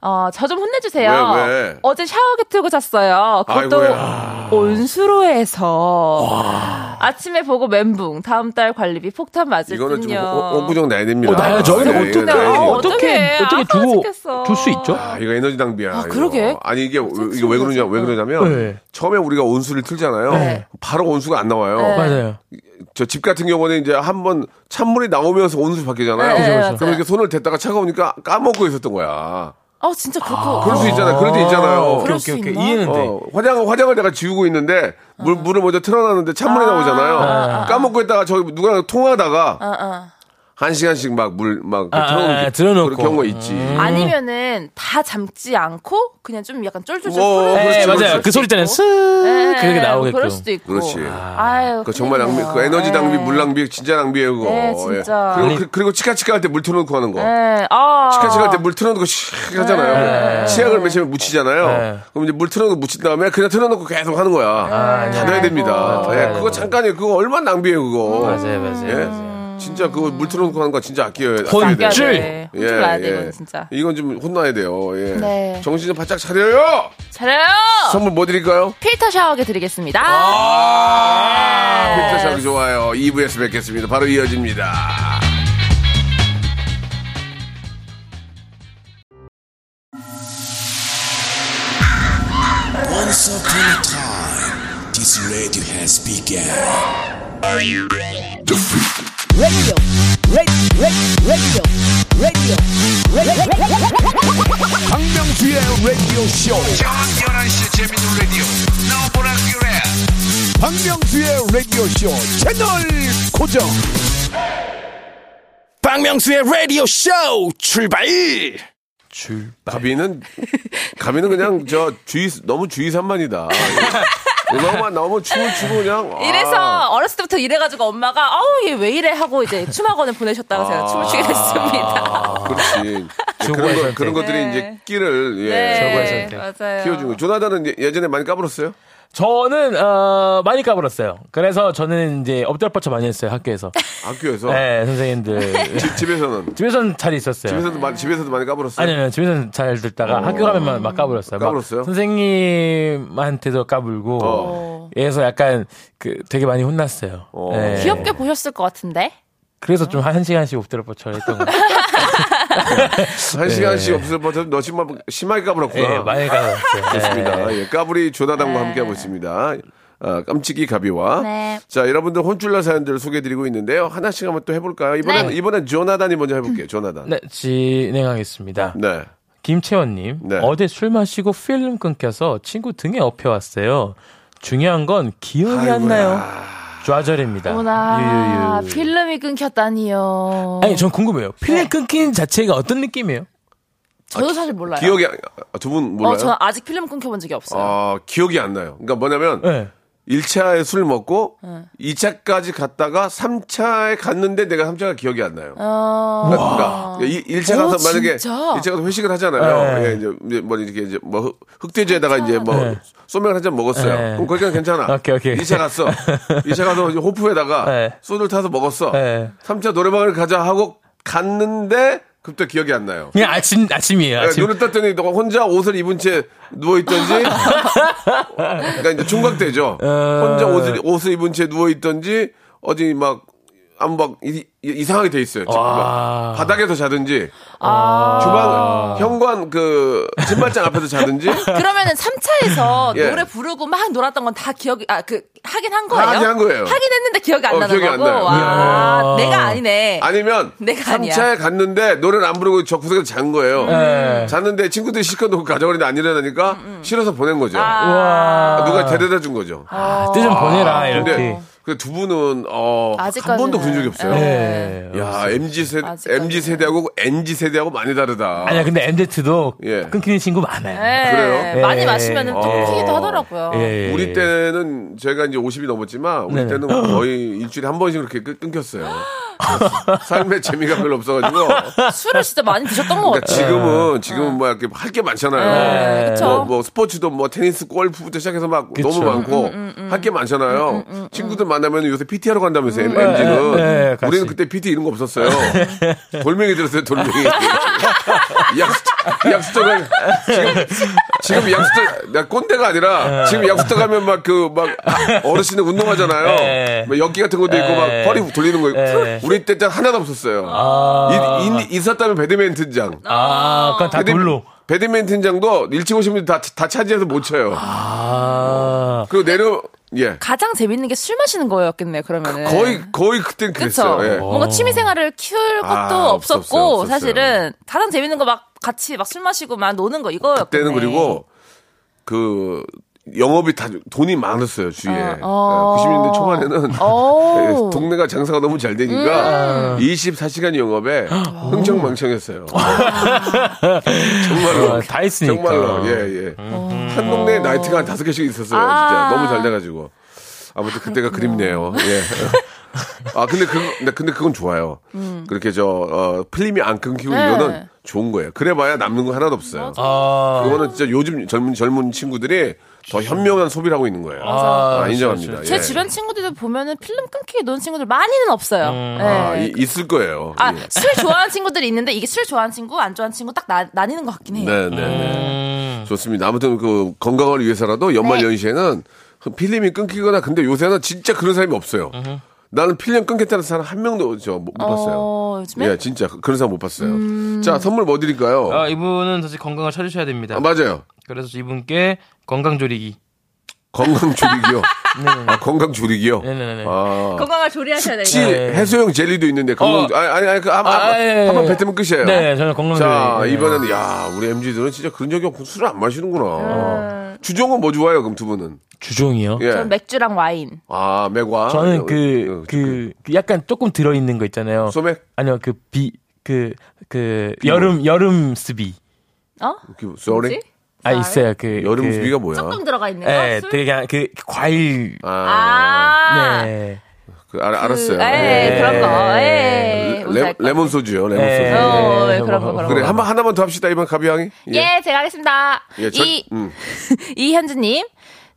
G: 어, 저 좀 혼내주세요.
B: 왜, 왜?
G: 어제 샤워기 틀고 잤어요. 그것도
B: 아이고야.
G: 온수로에서. 아침에 보고 멘붕. 다음 달 관리비 폭탄 맞을
B: 이거는 좀
G: 요
B: 옹- 옹구정 내야 됩니다.
D: 어, 나야 저희는
B: 예, 이거
D: 어떻게
B: 내야지.
G: 어,
D: 어떻게
G: 어떡해.
D: 어떻게
G: 아까워
D: 두고
G: 죽겠어.
D: 줄 수 있죠?
B: 아, 이거 에너지 낭비야.
G: 아,
B: 이거.
G: 그러게.
B: 아니 이게 왜- 이게 왜 그러냐 왜 그러냐면
D: 네.
B: 처음에 우리가 온수를 틀잖아요.
G: 네.
B: 바로 온수가 안 나와요.
G: 네.
D: 맞아요.
B: 저 집 같은 경우는 이제 한번 찬물이 나오면서 온수 바뀌잖아요.
G: 네, 그죠, 그죠.
B: 그럼 이렇게 손을 댔다가 차가우니까 까먹고 있었던 거야.
G: 어, 진짜 그렇고.
B: 그럴 수 있잖아요. 그럴 때 있잖아요.
G: 그럴
D: 어, 오케이
G: 수
D: 오케이 오케이
G: 있나?
D: 이해는 돼.
B: 어, 화장, 화장을 내가 지우고 있는데, 물, 물을 먼저 틀어놨는데 찬물이 나오잖아요. 까먹고 있다가 저기 누구랑 통화하다가,
G: 어, 어.
B: 한 시간씩 막 물, 막,
D: 아,
B: 틀어놓고
D: 아, 틀어놓고.
B: 그런 경우가 있지.
G: 음. 아니면은 다 잠지 않고 그냥 좀 약간 쫄쫄쫄
B: 어,
G: 끓는
B: 네,
G: 수도
D: 네,
B: 그렇지,
D: 맞아요.
B: 그렇지.
G: 있고.
D: 그 소리 때는 쓱
G: 네,
D: 음, 그렇게
G: 그럴
D: 나오게끔.
G: 수도 있고.
B: 그렇지.
G: 아유,
B: 그 정말 낭비,
G: 큰일이네요.
B: 그 에너지 낭비,
G: 네.
B: 물 낭비, 진짜 낭비예요, 그거.
G: 네, 진짜.
B: 예. 그리고, 그, 리고 치카치카 할 때 물 틀어놓고 하는 거.
G: 네. 아.
B: 치카치카 할 때 물 틀어놓고 씩 하잖아요. 치약을 맺으면 묻히잖아요.
D: 네.
B: 그럼 이제 물 틀어놓고 묻힌 다음에 그냥 틀어놓고 계속 하는 거야. 닫아야 됩니다.
D: 아이고. 네.
B: 예, 그거 잠깐이에요. 그거 얼마나 낭비예요, 그거.
D: 맞아요 맞아요.
B: 예?
D: 맞아요.
B: 진짜 그거 물 틀어놓고 하는 거 진짜 아껴야
D: 혼쭐.
B: 아껴야 돼요. 예,
D: 줄.
G: 네. 혼줄 나야 돼, 이건 진짜.
B: 이건 좀 혼나야 돼요. 예.
G: 네.
B: 정신 좀 바짝 차려요.
G: 잘해요!
B: 선물 뭐 드릴까요?
G: 필터 샤워기 드리겠습니다.
B: 아,
G: 네.
B: 필터 샤워기 좋아요. 2부에서 뵙겠습니다. 바로 이어집니다.
H: Once upon a time, this radio has begun.
A: 박명수의 라디오 쇼. 저녁 11시 재밌는 라디오. 박명수의 라디오 쇼 채널 고정. 박명수의 라디오 쇼 출발.
G: <laughs>
B: 가비는 가비는 그냥 저 주의 너무 주의 산만이다. 음악만 나오면 춤을 추고 그냥 아,
G: 이래서 어렸을 때부터 이래가지고 엄마가 아우 얘 왜 이래 하고 이제 춤학원에 보내셨다가 제가 춤을
B: 아. <laughs>
G: 추게 됐습니다.
D: 아.
B: 그렇지. 그런,
D: 저거의
B: 거, 그런
D: 선택.
B: 것들이 이제 끼를 예,
G: 네, 맞아요.
B: 키워준 거. 조나단은 예- 예전에 많이 까불었어요?
D: 저는 어, 많이 까불었어요. 그래서 저는 이제 엎드려뻗쳐 많이 했어요 학교에서.
B: 학교에서
D: 네 선생님들. <laughs>
B: 집, 집에서는
D: 집에서는 잘 있었어요.
B: 집에서도 많이 집에서도 많이 까불었어요.
D: 아니요, 집에서는 잘 듣다가 학교 가면 막 어. 까불었어요. 막
B: 까불었어요?
D: 선생님한테도 까불고,
B: 어.
D: 그래서 약간 그 되게 많이 혼났어요.
B: 어.
D: 예.
G: 귀엽게 보셨을 것 같은데?
D: 그래서 좀 한 시간씩 엎드려 뻗쳐 했던 거.
B: 한
D: 네.
B: 시간씩 없을 뻔해서 너 심하, 심하게 까불었구나.
D: <laughs> 예, 많이 까불었어요. 예.
B: 좋습니다. 예, 까불이 조나단과 함께하고 있습니다. 아, 깜찍이 가비와
G: 네.
B: 자 여러분들 혼쭐난 사연들을 소개해드리고 있는데요 하나씩 한번 또 해볼까요 이번엔
G: 네.
B: 이번엔 조나단이 먼저 해볼게요 조나단
D: 네, 진행하겠습니다.
B: 네.
D: 김채원님,
B: 네.
D: 어제 술 마시고 필름 끊겨서 친구 등에 엎혀왔어요. 중요한 건 기억이 안 나요. 좌절입니다.
G: 어머나
D: 유유유.
G: 필름이 끊겼다니요.
D: 아니, 전 궁금해요.
G: 네.
D: 필름 끊긴 자체가 어떤 느낌이에요?
G: 저도 사실 몰라요.
B: 기억이 두 분 몰라요
G: 어, 저는 아직 필름 끊겨본 적이 없어요.
B: 아 기억이 안 나요 그러니까 뭐냐면
D: 네.
B: 1차에 술 먹고 2차까지 갔다가 3차에 갔는데 내가 3차가 기억이 안 나요. 그러니까, 그러니까 이- 1차
G: 어,
B: 가서 만약에
G: 진짜?
B: 1차 가서 회식을 하잖아요.
D: 네.
B: 예, 이제 이제 뭐 이렇게 이제 뭐 흑- 흑돼지에다가 이제 뭐
D: 네.
B: 소맥을 한 잔 먹었어요.
D: 네.
B: 그럼 거기가 괜찮아.
D: 오케이, 오케이.
B: 2차
D: <laughs>
B: 갔어. 2차 가서 이제 호프에다가
D: 네.
B: 소주를 타서 먹었어.
D: 네.
B: 3차 노래방을 가자 하고 갔는데 그때 기억이 안 나요.
D: 그냥 아침, 아침이에요.
B: 예,
D: 아침.
B: 눈을 떴더니 너가 혼자 옷을 입은 채 누워 있던지, 그러니까 이제 총각대죠. 혼자 옷을 옷을 입은 채 누워 있던지 어디 막 아무 막 이, 상하게돼 있어요. 지금 막 바닥에서 자든지
G: 아.
B: 주방 현관 그 신발장 앞에서 자든지
G: <laughs> 그러면은 3차에서
B: <laughs> 예.
G: 노래 부르고 막 놀았던 건 다 기억이 아 그 하긴 한 거예요?
B: 하긴 한 거예요.
G: 하긴 했는데 기억이 안
B: 어,
G: 나는
B: 기억이 안
G: 거고.
B: 나요. 음.
G: 와,
D: 예.
G: 내가 아니네.
B: 아니면
G: 내가 아니야.
B: 3차에 갔는데 노래를 안 부르고 저 구석에서 잔 거예요. 음. 잤는데 친구들이 실컷 놓고 가져가는데 안 일어나니까
G: 음,
B: 싫어서 보낸 거죠.
G: 아.
D: 아. 우와.
B: 누가 데려다 준 거죠.
D: 뜨좀 보내라, 이렇게.
B: 근데 그 두 분은 어, 한
G: 아직까지는. 네.
B: 번도 본 적이 없어요.
D: 예.
B: 야, MZ 세대,
G: 아직까지는. 네.
B: MZ 세대하고 NG 세대하고 많이 다르다.
D: 아니야, 근데 MZ도
B: 예.
D: 끊기는 친구 많아요.
G: 예.
B: 그래요?
G: 많이
D: 예.
G: 마시면은 또
B: 어.
G: 크기도 하더라고요.
D: 예.
B: 우리 때는 제가 이제 50이 넘었지만 우리
D: 네네.
B: 때는 거의 일주일에 한 번씩 그렇게 끊- 끊겼어요. 삶의 재미가 별로 없어가지고.
G: 술을 진짜 많이 드셨던 것
B: 그러니까
G: 같아요.
B: 지금은, 지금은 뭐 이렇게 할 게 많잖아요.
G: 네, 그쵸.
B: 뭐, 뭐 스포츠도 뭐 테니스, 골프부터 시작해서 막
D: 그렇죠. 그쵸. 음,
B: 너무 많고 할 게 많잖아요. 친구들 만나면 요새 PT 하러 간다면서 요
D: 네, 네,
B: MG는.
D: 같이.
B: 우리는 그때 PT 이런 거
D: <laughs>
B: 없었어요. 돌멩이 들었어요, 돌멩이. <laughs> 약수, 약수터 가 지금, 지금 약수터, 나 꼰대가 아니라
D: 네.
B: 지금 약수터 가면 막 그, 막 어르신들 운동하잖아요.
D: 네.
B: 막 엿기 같은 것도 있고 막
D: 네.
B: 허리 돌리는 거.
D: 네.
B: 우리 때딱 하나도 없었어요. 이- 이- 있었다면 배드민턴장.
D: 아, 그건 다
B: 배드-
D: 돌로.
B: 배드민턴장도 일찍 오신 분들 다, 다 차지해서 못 쳐요.
D: 아,
B: 그리고 내려, 예.
G: 가장 재밌는 게 술 마시는 거였겠네요. 그러면은
B: 거의, 거의 그땐
G: 그쵸.
B: 그랬어요. 예.
G: 뭔가 취미 생활을 키울 것도
B: 아, 없었어요,
G: 없었고
B: 없었어요.
G: 사실은 가장 재밌는 거 막 같이 막 술 마시고 막 노는 거 이거였겠네.
B: 그때는 그리고 그 영업이 다 돈이 많았어요, 주위에.
G: 어.
B: 90년대 초반에는
G: 오.
B: 예, <laughs> 동네가 장사가 너무 잘 되니까 24시간 영업에 흥청망청했어요. <laughs> 정말로.
D: 아, 다 했으니까. 음.
B: 정말로 예 예. 한 동네에 나이트가 한 다섯 개씩 있었어요. 진짜
G: 어. 아.
B: 너무 잘 돼가지고 아무튼 그때가 그립네요.
G: <laughs>
B: 예. 아 근데 그 근데, 근데 그건 좋아요. 그렇게 저 어, 필름이 안 끊기고
G: 음. 네.
B: 이거는 좋은 거예요. 그래봐야 남는 거 하나도 없어요.
D: 아,
B: 그거는 진짜 요즘 젊은 젊은 친구들이 더 현명한 소비를 하고 있는 거예요.
D: 아,
B: 아, 인정합니다.
G: 제
B: 예.
G: 주변 친구들도 보면은 필름 끊기게 노는 친구들 많이는 없어요. 예.
B: 아, 이- 있을 거예요.
G: 아,
B: 예.
G: 술 좋아하는 친구들이 있는데 이게 술 좋아하는 친구, 안 좋아하는 친구 딱 나, 나뉘는 것 같긴 해요.
B: 네, 네,
D: 음.
B: 네. 좋습니다. 아무튼 그 건강을 위해서라도 연말
G: 네.
B: 연시에는 그 필름이 끊기거나 근데 요새는 진짜 그런 사람이 없어요. 나는 필름 끊겠다는 사람 한 명도 저못 봤어요.
G: 어, 음. 요즘에
B: 예, 진짜 그- 그런 사람 못 봤어요. 자, 선물 뭐 드릴까요?
I: 아, 이분은 사실 건강을 찾으셔야 됩니다.
B: 아, 맞아요.
I: 그래서 이분께 건강조리기.
B: 건강
D: <laughs>
B: 줄이기요. 아, 건강 줄이기요.
D: 네, 네네네. 네.
B: 아.
G: 건강을 조리하셔야 돼요.
B: 혹시 해소용 젤리도 있는데 건강 아니 아니 아니, 그 한-
D: 예. 어. 아, 예,
B: 한-
D: 예.
B: 한번 뱉으면 끝이에요.
D: 네, 저는 건강
B: 자,
D: 조리기.
B: 이번에는 야, 우리 MG들은 진짜 그런 적이 없고 술을 안 마시는구나. 주종은 뭐 좋아요? 그럼 두 분은?
D: 주종이요?
B: 예.
G: 음. 저는 맥주랑 와인.
B: 아, 맥과.
D: 저는
B: 예,
D: 그, 그, 그 약간 조금 들어있는 거 있잖아요.
B: 소맥?
D: 아니요, 그 비, 그, 그,
B: 뭐?
D: 여름, 여름 스비.
G: 어?
B: 그, 쏘리?
G: 뭐지?
D: 아, 있어요. 그.
B: 여름
D: 그,
B: 비가 뭐야?
G: 조금 들어가 있는 거?
D: 예,
G: 술?
D: 되게 그냥 그, 그 과일.
B: 아,
G: 네, 아.
D: 네.
B: 그, 알, 알았어요.
G: 그, 에이,
B: 예.
G: 그런 거. 에이. 뭔지
B: 레,
G: 알것
B: 레몬 소주요, 레몬
D: 예,
B: 소주.
G: 어,
D: 예,
G: 예, 그런 거,
D: 뭐,
G: 그런
B: 그래,
G: 거.
B: 한, 번- 하나만 더 합시다, 이번 가비양이.
G: 예, 제가 하겠습니다.
B: 예, 저,
G: 이,
B: 음.
G: <laughs> 이현주님.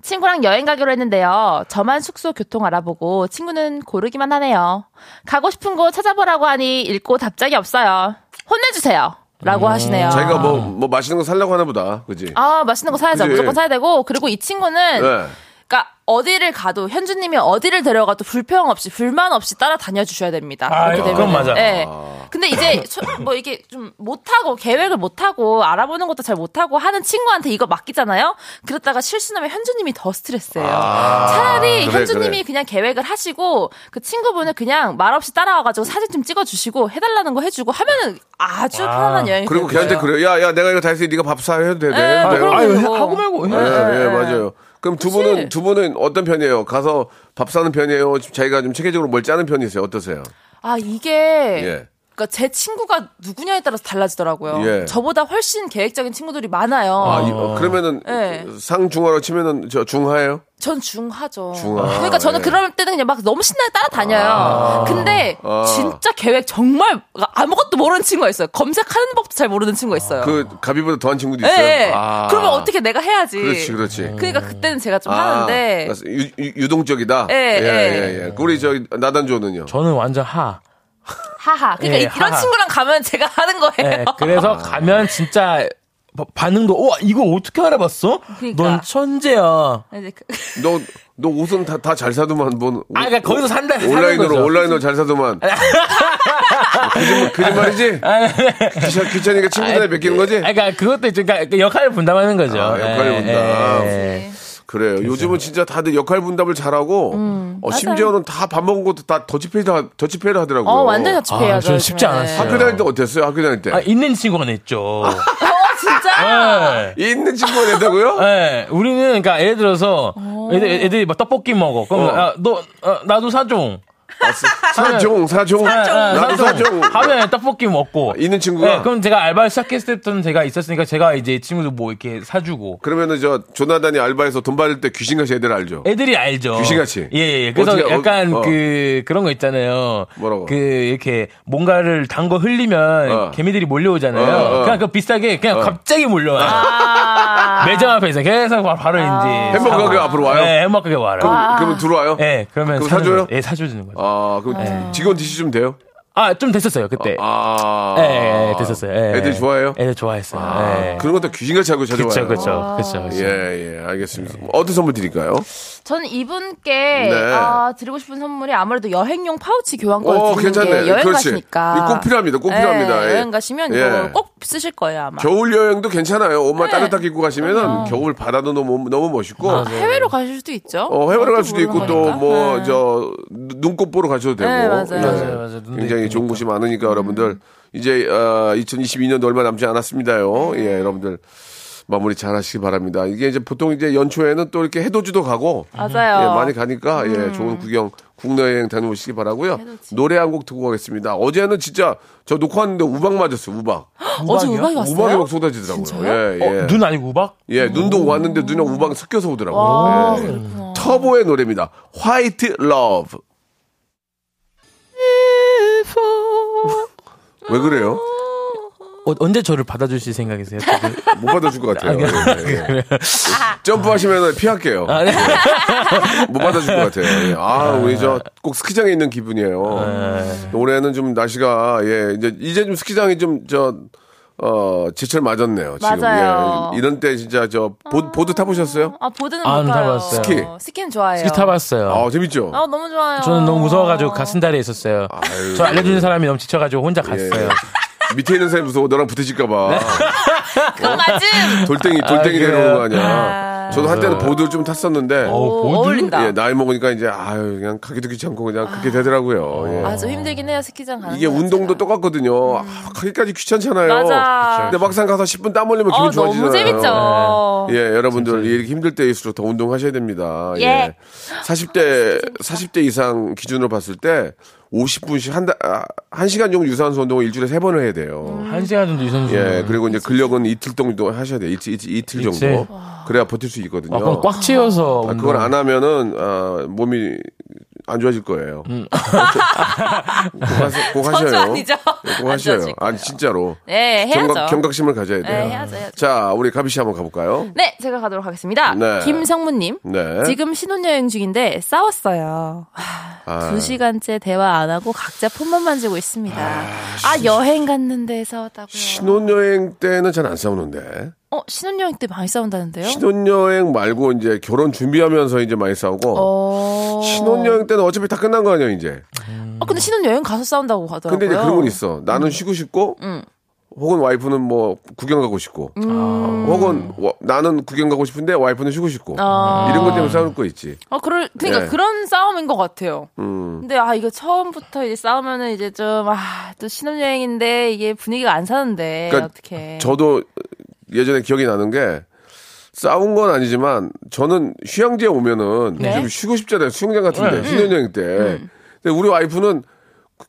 G: 친구랑 여행 가기로 했는데요. 저만 숙소 교통 알아보고 친구는 고르기만 하네요. 가고 싶은 곳 찾아보라고 하니 읽고 답장이 없어요. 혼내주세요. 라고 하시네요.
B: 자기가 뭐,
D: 아.
B: 뭐 맛있는 거 살려고 하나 보다. 그지?
G: 아, 맛있는 거 사야죠.
B: 그지?
G: 무조건 사야 되고. 그리고 이 친구는
B: 예.
G: 그러니까 어디를 가도 현주님이 어디를 데려가도 불평 없이 불만 없이 따라다녀 주셔야 됩니다.
D: 아,
G: 그렇게
D: 그건
G: 되면은.
D: 맞아.
G: 예. 근데 이제 소- 뭐 이게 좀 못하고 계획을 못하고 알아보는 것도 잘 못하고 하는 친구한테 이거 맡기잖아요. 그러다가 실수나면 현주님이 더 스트레스예요. 차라리
B: 아, 그래, 그래.
G: 현주님이 그냥 계획을 하시고 그 친구분을 그냥 말없이 따라와가지고 사진 좀 찍어주시고 해달라는 거 해주고 하면은 아주 편안한 여행이
B: 그리고
G: 되고요.
B: 걔한테 그래요. 야, 야, 내가 이거 다 했으니 네가 밥 사 해도 돼. 네,
G: 네. 예,
B: 네.
G: 그럼
D: 네. 아유, 해-
G: 그거.
D: 뭐 하고 네. 말고 해.
B: 예, 예, 맞아요. 그럼 두 분은, 두 분은 어떤 편이에요? 가서 밥 사는 편이에요? 자기가 좀 체계적으로 뭘 짜는 편이세요? 어떠세요?
G: 아 이게
B: 예.
G: 그러니까 제 친구가 누구냐에 따라서 달라지더라고요.
B: 예.
G: 저보다 훨씬 계획적인 친구들이 많아요.
B: 아, 이- 어, 그러면은
G: 예.
B: 상중하로 치면은 저 중하예요?
G: 전 중하죠.
B: 중하.
G: 그러니까 저는
B: 예.
G: 그럴 때는 그냥 막 너무 신나게 따라다녀요. 근데
B: 아.
G: 진짜 계획 정말 아무것도 모르는 친구가 있어요. 검색하는 법도 잘 모르는 친구가 있어요.
B: 그 가비보다 더한 친구도
G: 예,
B: 있어요.
G: 예.
B: 아.
G: 그러면 어떻게 내가 해야지.
B: 그렇지, 그렇지. 아.
G: 러니까 그때는 제가 좀 하는데
B: 그래서 유, 유- 유동적이다.
G: 예,
B: 예,
G: 예.
B: 예, 예. 우리 저 나단조는요.
D: 저는 완전 하.
G: 하하. 그러니까
D: 예,
G: 이- 이런
D: 하하.
G: 친구랑 가면 제가 하는 거예요.
D: 예, 그래서
B: 아.
D: 가면 진짜 바- 반응도, 와, 이거 어떻게 알아봤어?
G: 그러니까.
D: 넌 천재야. 아,
G: <laughs> 이제 그-
B: 너, 너 옷은 다 잘 사더만 뭔 옷-
G: 아,
D: 그러니까 거기서 산다, 사는 거죠.
B: 온라인으로 온라인으로 잘 사더만.
G: 예.
B: 뭐 거짓말, 거짓말이지? 귀찮, 귀찮으니까 친구들에 맡기는 거지?
D: 네.
G: 예.
D: 아, 그러니까 그것도 있죠. 그러니까 그 역할을 분담하는 거죠.
B: 아, 역할을
D: 예,
B: 분담.
D: 예,
B: 그래요. 요즘은 진짜 다들 역할 분담을 잘하고
G: 음,
B: 어, 심지어는 다 밥 먹은 것도 다 더치페이를 더치페이를 하더라고요.
G: 어, 완전 자취해야죠.
D: 아, 저는 쉽지 않았어요.
B: 학교 다닐 때 어땠어요? 학교 다닐 때
D: 예. 아, 있는 친구가
B: <laughs>
D: 냈죠.
G: 어, 진짜?
D: 예.
B: 있는 친구가
G: 아,
B: 된다고요?
D: 예, 우리는 그러니까 예를 들어서 애들, 애들이 막 떡볶이 먹어. 그럼 아, 너 어, 나도 사줘.
B: 아, 사-
D: 네.
B: 사종, 사종.
D: 아,
B: 나도 사종. 네.
D: 하루에 떡볶이 먹고.
B: 있는 친구가?
D: 네, 그럼 제가 알바를 시작했을 때는 제가 있었으니까 제가 이제 친구들 뭐 이렇게 사주고.
B: 그러면은 저 조나단이 알바해서 돈 받을 때 귀신같이 애들 알죠.
D: 애들이 알죠.
B: 귀신같이.
D: 예, 예. 그래서
B: 어떻게, 어,
D: 약간
B: 어.
D: 그 그런 거 있잖아요.
B: 뭐라고?
D: 그 이렇게 뭔가를 단 거 흘리면
B: 어.
D: 개미들이 몰려오잖아요.
B: 어, 어.
D: 그냥 그 비싸게 그냥 갑자기 몰려와요.
G: 아.
D: 매점 앞에서 계속 바- 바로 이제
B: 햄버거
D: 사고.
B: 가게 앞으로 와요?
D: 네, 햄버거 가게 와요.
B: 그러면 들어와요?
D: 예, 그러면
B: 그럼
D: 사는
B: 사줘요?
D: 거죠. 예, 사줘주는 거죠.
B: 아, 그럼
D: 네.
B: 직원 DC 좀 돼요?
D: 아, 좀 됐었어요 그때.
B: 아.
D: 예, 예, 예, 됐었어요. 예.
B: 애들 좋아해요?
D: 애들 좋아했어요.
B: 아,
D: 예.
B: 그런 것도 귀신같이 하고 찾아와요.
D: 그렇죠, 그렇죠, 그렇죠.
B: 예, 예, 알겠습니다.
D: 네.
B: 어떤 선물 드릴까요?
G: 저는 이분께
B: 네.
G: 아, 드리고 싶은 선물이 아무래도 여행용 파우치 교환권을
B: 어,
G: 드리는
B: 괜찮네.
G: 게 여행
B: 그렇지.
G: 가시니까
B: 이거 꼭 필요합니다. 꼭
G: 예,
B: 필요합니다. 예.
G: 여행 가시면
B: 예.
G: 이거 꼭 쓰실 거예요 아마.
B: 겨울 여행도 괜찮아요. 옷만 따뜻하게 입고 가시면은 겨울 바다도 너무, 너무 멋있고.
D: 아, 네.
G: 해외로 가실 수도 있죠.
B: 어, 해외로 갈 수도 있고
G: 모르는 아,
B: 또
G: 거니까.
B: 뭐
G: 네.
B: 저 눈꽃 보러 가셔도 되고
G: 네, 맞아요. 음.
D: 맞아요, 맞아요. 눈도
B: 굉장히
D: 예쁘니까.
B: 좋은 곳이 많으니까 여러분들 이제 어, 2022년도 얼마 남지 않았습니다요.
G: 네.
B: 예, 여러분들 마무리 잘 하시기 바랍니다. 이게 이제 보통 이제 연초에는 또 이렇게 해돋이도 가고
G: 맞아요. 음.
B: 예, 많이 가니까 예, 좋은 구경 국내 여행 다녀오시기 바라고요.
G: 해돋이.
B: 노래 한 곡 듣고 가겠습니다. 어제는 진짜 저 녹화하는데 우박 맞았어요. 우박.
G: 어제 우박이 왔어요?
B: 우박이 막 쏟아지더라고요.
G: 아, 진짜요?
B: 예, 예.
D: 어, 눈 아니고 우박?
B: 예, 눈도 왔는데 눈이랑 우박 섞여서 오더라고요.
G: 아,
B: 예.
G: 그렇구나.
B: 터보의 노래입니다. 화이트 러브. 왜 그래요?
D: 어, 언제 저를 받아주실 생각이세요? 지금?
B: 못 받아줄 것 같아요. 예, 예. 점프하시면 피할게요.
D: <laughs> 아, 네.
B: 못 받아줄 것 같아요. 예. 네. 아, 우리 저 꼭 스키장에 있는 기분이에요. 올해는 좀 날씨가 예 이제 이제 좀 스키장이 좀 저 어, 제철 맞았네요. 지금
G: 맞아요.
B: 예. 이런 때 진짜 저 보, 보드 타보셨어요?
G: 아 보드는
D: 아,
G: 못 가요.
D: 타봤어요.
B: 스키.
G: 스키는 좋아해요.
D: 스키 타봤어요.
B: 아 재밌죠.
G: 아 너무 좋아요.
D: 저는 너무 무서워가지고 가슴달에 있었어요.
B: 아유. 예,
D: 저 알려주는 사람이 너무 지쳐가지고 혼자 갔어요.
B: 밑에 있는 사람이 무서워 너랑
G: 네.
B: 붙어질까봐
G: 그건 맞음.
B: 돌덩이 돌덩이
D: 아,
B: 내려오는 거
G: 아.
B: 아니야. 저도 한때는 보드를 좀 탔었는데
G: 오, 어울린다.
B: 예, 나이 먹으니까 이제 아유 그냥 가기도 귀찮고 그냥 그렇게 되더라고요. 예.
G: 아주 힘들긴 해요 스키장 가는.
B: 이게
G: 거
B: 운동도
G: 자체가.
B: 똑같거든요. 아, 가기까지 귀찮잖아요.
G: 음. 맞아.
B: 근데 막상 가서 10분 땀 흘리면 기분
G: 어
B: 좋아지잖아요.
G: 너무 재밌죠.
B: 예, 여러분들 이렇게 힘들 때일수록 더 운동하셔야 됩니다.
G: 예.
B: 40대 40대 이상 기준으로 봤을 때 50분씩 한 달, 아, 한 시간 정도 유산소 운동을 일주일에 세 번을 해야 돼요.
D: 한 시간 정도 유산소.
B: 예, 그리고 이제 근력은 이틀 정도 하셔야 돼요. 이틀, 이틀, 이틀 정도.
D: 아, 이틀.
B: 그래야 버틸 수 있거든요.
D: 아, 그럼 꽉 채워서.
B: 아,
D: 운동.
B: 그걸 안 하면은, 아, 몸이 안 좋아질 거예요.
D: 음.
B: <laughs> 꼭, 하세, 꼭 하셔요.
G: 저주 아니죠?
B: 예, 꼭
G: 안
B: 하셔요.
G: 좋아질
B: 아니, 진짜로.
G: 네 해야죠.
B: 경각, 경각심을 가져야 돼요.
G: 네, 해야죠, 해야죠.
B: 자, 우리 가비 씨 한번 가볼까요?
G: 네, 제가 가도록 하겠습니다.
B: 네.
G: 김성무님.
B: 네.
G: 지금 신혼여행 중인데 싸웠어요.
B: 아.
G: 두 시간째 대화 안 하고 각자 폰만 만지고 있습니다. 아, 여행 갔는데 싸웠다고요?
B: 신혼여행 때는 잘 안 싸우는데.
G: 어, 신혼여행 때 많이 싸운다는데요?
B: 신혼여행 말고 이제 결혼 준비하면서 이제 많이 싸우고.
G: 어.
B: 신혼여행 때는 어차피 다 끝난 거 아니에요, 이제.
G: 어, 근데 신혼여행 가서 싸운다고 하더라고요. 음.
B: 근데 이제 그런 건 있어. 나는 쉬고 싶고, 혹은 와이프는 뭐 구경 가고 싶고,
G: 음.
B: 아. 혹은 와- 나는 구경 가고 싶은데 와이프는 쉬고 싶고.
G: 아.
B: 음. 이런 것 때문에 싸울 거 있지.
G: 어, 그럴, 그러니까
B: 예.
G: 그런 싸움인 것 같아요.
B: 음.
G: 근데 아 이거 처음부터 이제 싸우면은 이제 좀 아 또 신혼여행인데 이게 분위기가 안 사는데
B: 그러니까
G: 어떻게?
B: 저도 예전에 기억이 나는 게 싸운 건 아니지만 저는 휴양지에 오면은
G: 네. 음.
B: 좀 쉬고 싶잖아요. 수영장 같은데 신혼여행 때. 근데 우리 와이프는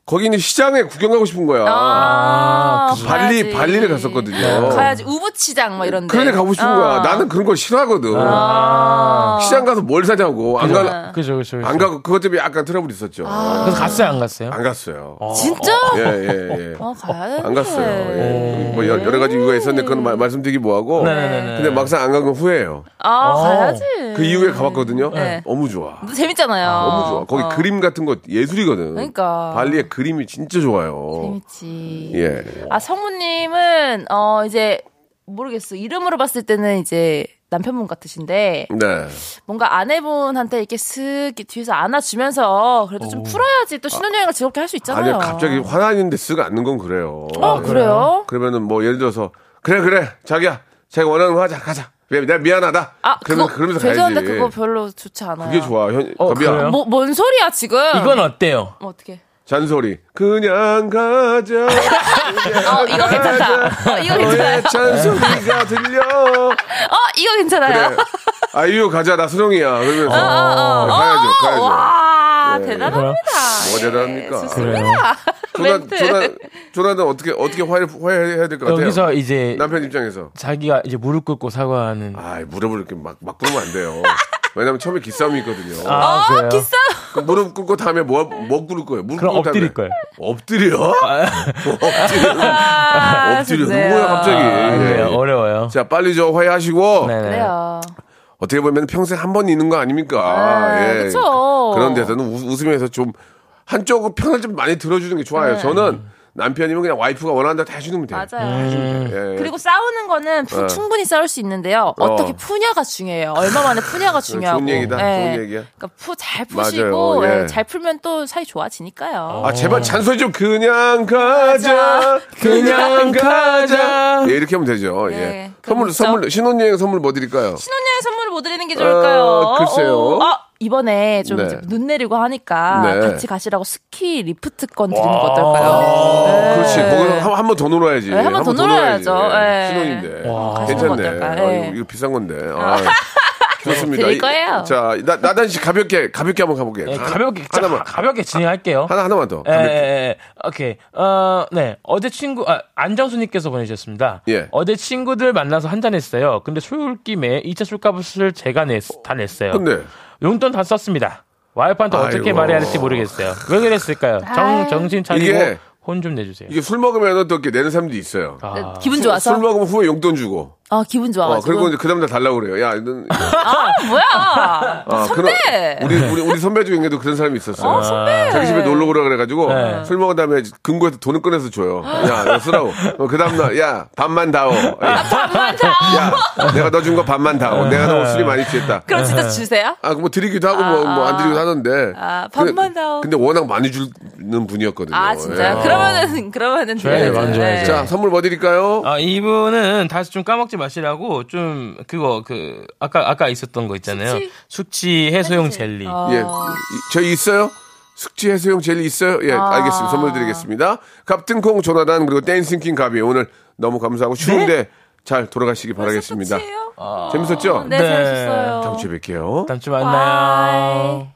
B: 거기 있는 시장에 구경 가고 싶은 거야.
G: 아,
B: 그 발리
G: 가야지.
B: 발리를 갔었거든요.
G: 가야지 우붓시장 막 이런데.
B: 그런데 가고 싶은 거야. 나는 그런 걸 싫어하거든.
G: 아.
B: 시장 가서 뭘 사냐고 안 가.
D: 그죠, 그죠. 그죠.
B: 안 가고 그것 때문에 약간 트러블 있었죠.
G: 아.
B: 예.
D: 그래서 갔어요, 안 갔어요? 아.
B: 안 갔어요.
G: 진짜?
B: 예, 예, 예.
G: 어, 가야 돼.
B: 안 갔어요. 예. 뭐 여- 여러 가지 이유가 있었는데 그건 마- 말씀드리기 뭐하고.
D: 네네네.
B: 근데 막상 안 간 건 후회해요.
G: 아, 가야지.
B: 그 이후에 가봤거든요.
G: 네.
B: 너무 좋아.
G: 근데 재밌잖아요.
B: 너무 좋아. 거기
G: 어,
B: 그림 같은 거 예술이거든.
G: 그러니까.
B: 발리의 그림이 진짜 좋아요.
G: 재밌지.
B: 예.
G: 아, 성우님은 어 이제 모르겠어. 이름으로 봤을 때는 이제 남편분 같으신데
B: 네.
G: 뭔가 아내분한테 이렇게 슥 이렇게 뒤에서 안아주면서 그래도 좀 풀어야지 또 신혼여행을 즐겁게 할 수 있잖아요.
B: 아니요, 갑자기 화나는데 쓰가 않는 건 그래요.
G: 어 그래요?
B: 그러면은 뭐 예를 들어서 그래 그래 자기야 자기 원하는 거 하자 가자. 미안, 내가 미안하다.
G: 아
B: 그러면
G: 그거
B: 그러면서
G: 죄송한데
B: 가야지.
G: 그거 별로 좋지 않아요.
B: 그게 좋아. 현,
D: 어,
B: 가비야.
D: 그래요?
G: 뭐, 뭔 소리야 지금? 뭐
D: 이건 어때요?
G: 어떻게?
B: 잔소리. 그냥 가자.
G: 어 이거 괜찮다. 어 이거 괜찮아요.
B: 너의 잔소리가 들려.
G: 어 이거 괜찮아요. 어,
B: 그래. 아이유 어, 가자 나 수정이야. 그러면서 가야죠. 가야죠.
G: 아, 와. 아, 대단합니다.
B: 뭐가 대단합니까?
G: 예,
D: 그래요.
B: 조나,
G: 멘트.
B: 조나, 조나는 어떻게, 어떻게 화해, 화해해야 될 것 같아요?
D: 여기서 이제
B: 남편 입장에서.
D: 자기가 이제 무릎 꿇고 사과하는.
B: 아, 무릎을 이렇게 막, 막 꿇으면 안 돼요. 왜냐면 처음에 기싸움이 있거든요.
D: 아, 그래요?
G: 기싸.
B: 그럼 무릎 꿇고 다음에 뭐, 뭐 꿇을 거예요? 무릎
D: 그럼
B: 꿇고 다음에.
D: 엎드릴 거예요. 아.
B: <laughs> 엎드려? 엎드려?
G: 아,
B: <laughs> 엎드려.
G: 좋네요.
B: 누구야, 갑자기.
D: 아,
B: 예.
D: 그래요. 어려워요.
B: 자, 빨리 저 화해하시고.
D: 네네.
G: 그래요.
B: 어떻게 보면 평생 한 번 있는 거 아닙니까?
G: 아,
B: 예.
G: 그쵸.
B: 그런 데서는 우- 웃으면서 좀 한쪽은 편을 좀 많이 들어주는 게 좋아요. 저는 남편이면 그냥 와이프가 원하는 대로 다 해주면 돼요.
G: 네. 맞아요.
B: 예.
G: 그리고 싸우는 거는 푸-
B: 예.
G: 충분히 싸울 수 있는데요. 어떻게 푸냐가 중요해요. 얼마 만에 푸냐가 중요하고.
B: 좋은 얘기다.
G: 예.
B: 좋은 얘기야.
G: 그러니까 푸 잘
B: 맞아요.
G: 푸시고
B: 예.
G: 예, 잘 풀면 또 사이 좋아지니까요.
B: 아 제발 잔소리 좀 그냥 가자,
D: 그냥 가자.
B: 예, 이렇게 하면 되죠. 예.
G: 네,
B: 선물
G: 그렇죠.
B: 선물 신혼여행 선물 뭐 드릴까요?
G: 신혼여행 선물을 뭐 드리는 게 좋을까요?
B: 아, 글쎄요.
G: 오, 아, 이번에 좀
B: 네.
G: 이제 눈 내리고 하니까
B: 네.
G: 같이 가시라고 스키 리프트권 드리는 거 어떨까요?
B: 아. 그렇지. 거기서 한번 더 놀아야지.
G: 네, 한번더
B: 한번더 놀아야지.
G: 놀아야죠. 예.
B: 신혼인데.
G: 가시는
B: 괜찮네.
G: 거 어떨까요?
B: 아,
G: 예.
B: 이거, 이거 비싼 건데. 아, 좋습니다.
G: 드릴
B: 이-
G: 거예요.
B: 자, 나, 나단 씨 가볍게 가볍게 한번 가볼게요.
D: 네,
B: 가-
D: 가볍게
B: 하나만.
D: 자, 가볍게 진행할게요.
B: 하나 하나만 더.
D: 예,
B: 가볍게.
D: 예, 예. 오케이. 어, 네. 어제 친구, 아, 안정수님께서 보내주셨습니다.
B: 예.
D: 어제 친구들 만나서 한잔했어요. 근데 술김에 2차 술값을 제가 냈, 다 냈어요.
B: 근데
D: 용돈 다 썼습니다. 와이프한테 어떻게
B: 아이고.
D: 말해야 할지 모르겠어요. 왜 그랬을까요? 정, 정신 차리고
B: 이게-
D: 혼 좀 내주세요.
B: 이게 술 먹으면 또 이렇게 내는 사람도 있어요.
G: 네, 기분
B: 술
G: 좋아서?
B: 먹으면 후에 용돈 주고.
G: 아, 기분
B: 어,
G: 좋아가지고.
B: 그리고 이제 그 다음날 달라고 그래요. 야, 너는-
G: 아, 뭐야?
B: 아,
G: 선배!
B: 그런- 우리, 우리, 우리 선배 중에도 그런 사람이 있었어요.
G: 어, 선배!
B: 자기 집에 놀러 오라 그래가지고
D: 네.
B: 술 먹은 다음에 금고에서 돈을 꺼내서 줘요. 야, 너 쓰라고. 어, 그 다음날, 야, 반만 다오.
G: 반만 아, 다. 네.
B: 야, 내가 너 준 거 반만 다오. 내가 너 술이 많이 취했다.
G: 그럼
D: 네.
G: 진짜 주세요?
B: 아, 뭐 드리기도 하고 뭐, 뭐 안 드리기도 하는데.
G: 아, 반만
B: 근데-
G: 다오.
B: 근데 워낙 많이 주는 분이었거든요.
G: 아, 진짜요?
B: 예.
G: 그러면은, 그러면은. 네.
D: 줘야 돼요, 완전 줘야 돼요.
B: 자, 선물 뭐 드릴까요?
I: 아 이분은 다시 좀 까먹지 마시라고 좀 그거 그 아까 아까 있었던 거 있잖아요.
G: 숙취?
I: 숙취, 해소용 젤리.
B: 예.
G: 아.
B: 이- 저희 있어요? 숙취 해소용 젤리 있어요? 예,
G: 아.
B: 알겠습니다. 선물 드리겠습니다. 갑등콩 조나단 그리고 댄싱킹 가비 오늘 너무 감사하고 추운데
G: 네.
B: 잘 돌아가시기 바라겠습니다.
G: 좋지요?
B: 재밌었죠?
G: 네,
D: 아, 네.
B: 다음
G: 재밌었어요.
B: 주에 뵐게요.
D: 다음 주 만나요.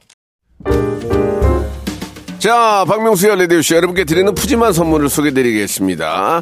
B: 자, 박명수의 레디오쇼 여러분께 드리는 푸짐한 선물을 소개드리겠습니다.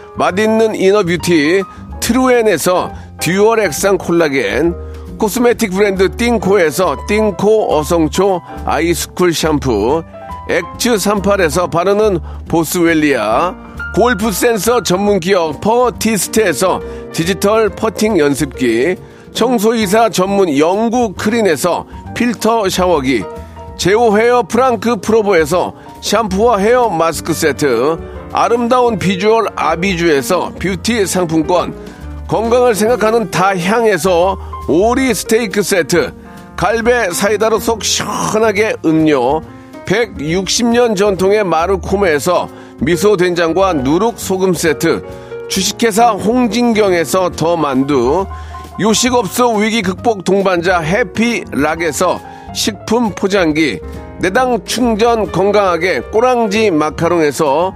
B: 맛있는 이너뷰티 트루엔에서 듀얼 액상 콜라겐 코스메틱 브랜드 띵코에서 띵코 어성초 아이스쿨 샴푸 액츠 38에서 바르는 보스웰리아 골프 센서 전문 기업 퍼티스트에서 디지털 퍼팅 연습기 청소이사 전문 영구 크린에서 필터 샤워기 제오 헤어 프랑크 프로보에서 샴푸와 헤어 마스크 세트 아름다운 비주얼 아비주에서 뷰티 상품권 건강을 생각하는 다향에서 오리 스테이크 세트 갈배 사이다로 속 시원하게 음료 160년 전통의 마르코메에서 미소 된장과 누룩 소금 세트 주식회사 홍진경에서 더 만두 요식업소 위기 극복 동반자 해피락에서 식품 포장기 내당 충전 건강하게 꼬랑지 마카롱에서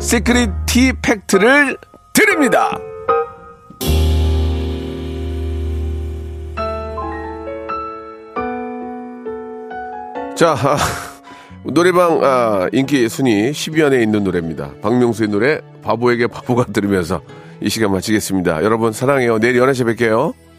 B: 시크릿 티 팩트를 드립니다 자, 아, 노래방 아, 인기 순위 10위 안에 있는 노래입니다. 박명수의 노래 바보에게 바보가 들으면서 이 시간 마치겠습니다. 여러분 사랑해요. 내일 11시에 뵐게요.